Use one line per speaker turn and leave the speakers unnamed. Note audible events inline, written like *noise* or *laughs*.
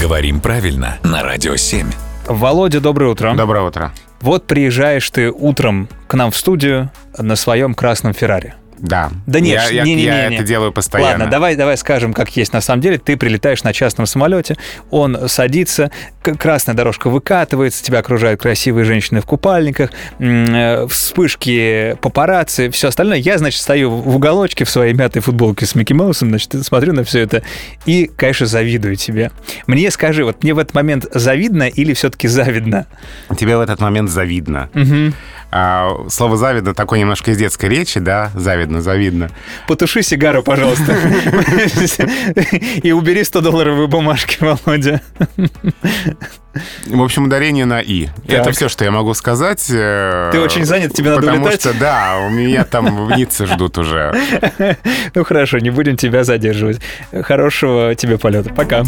Говорим правильно на Радио 7.
Володя, доброе утро.
Доброе утро.
Вот приезжаешь ты утром к нам в студию на своем красном Феррари.
Да.
Да нет,
я, я-
не- не-
я
не- не.
это делаю постоянно.
Ладно, давай, давай скажем, как есть на самом деле. Ты прилетаешь на частном самолете, он садится, к- красная дорожка выкатывается, тебя окружают красивые женщины в купальниках, м, э, вспышки папарацци, все остальное. Я, значит, стою в уголочке в своей мятой футболке с Микки Маусом, значит, и смотрю на все это и, конечно, завидую тебе. Мне скажи, вот мне в этот момент завидно или все-таки завидно?
Тебе в этот момент завидно. А, слово «завидно» такое немножко из детской речи, да? Завидно, завидно.
Потуши сигару, пожалуйста. *laughs* И убери 100-долларовые бумажки, Володя.
В общем, ударение на «и». Это все, что я могу сказать. э,
Ты очень занят, тебе надо
Потому
улетать.
что, да, у меня там в Ницце ждут уже.
Ну хорошо, не будем тебя задерживать. Хорошего тебе полета. Пока.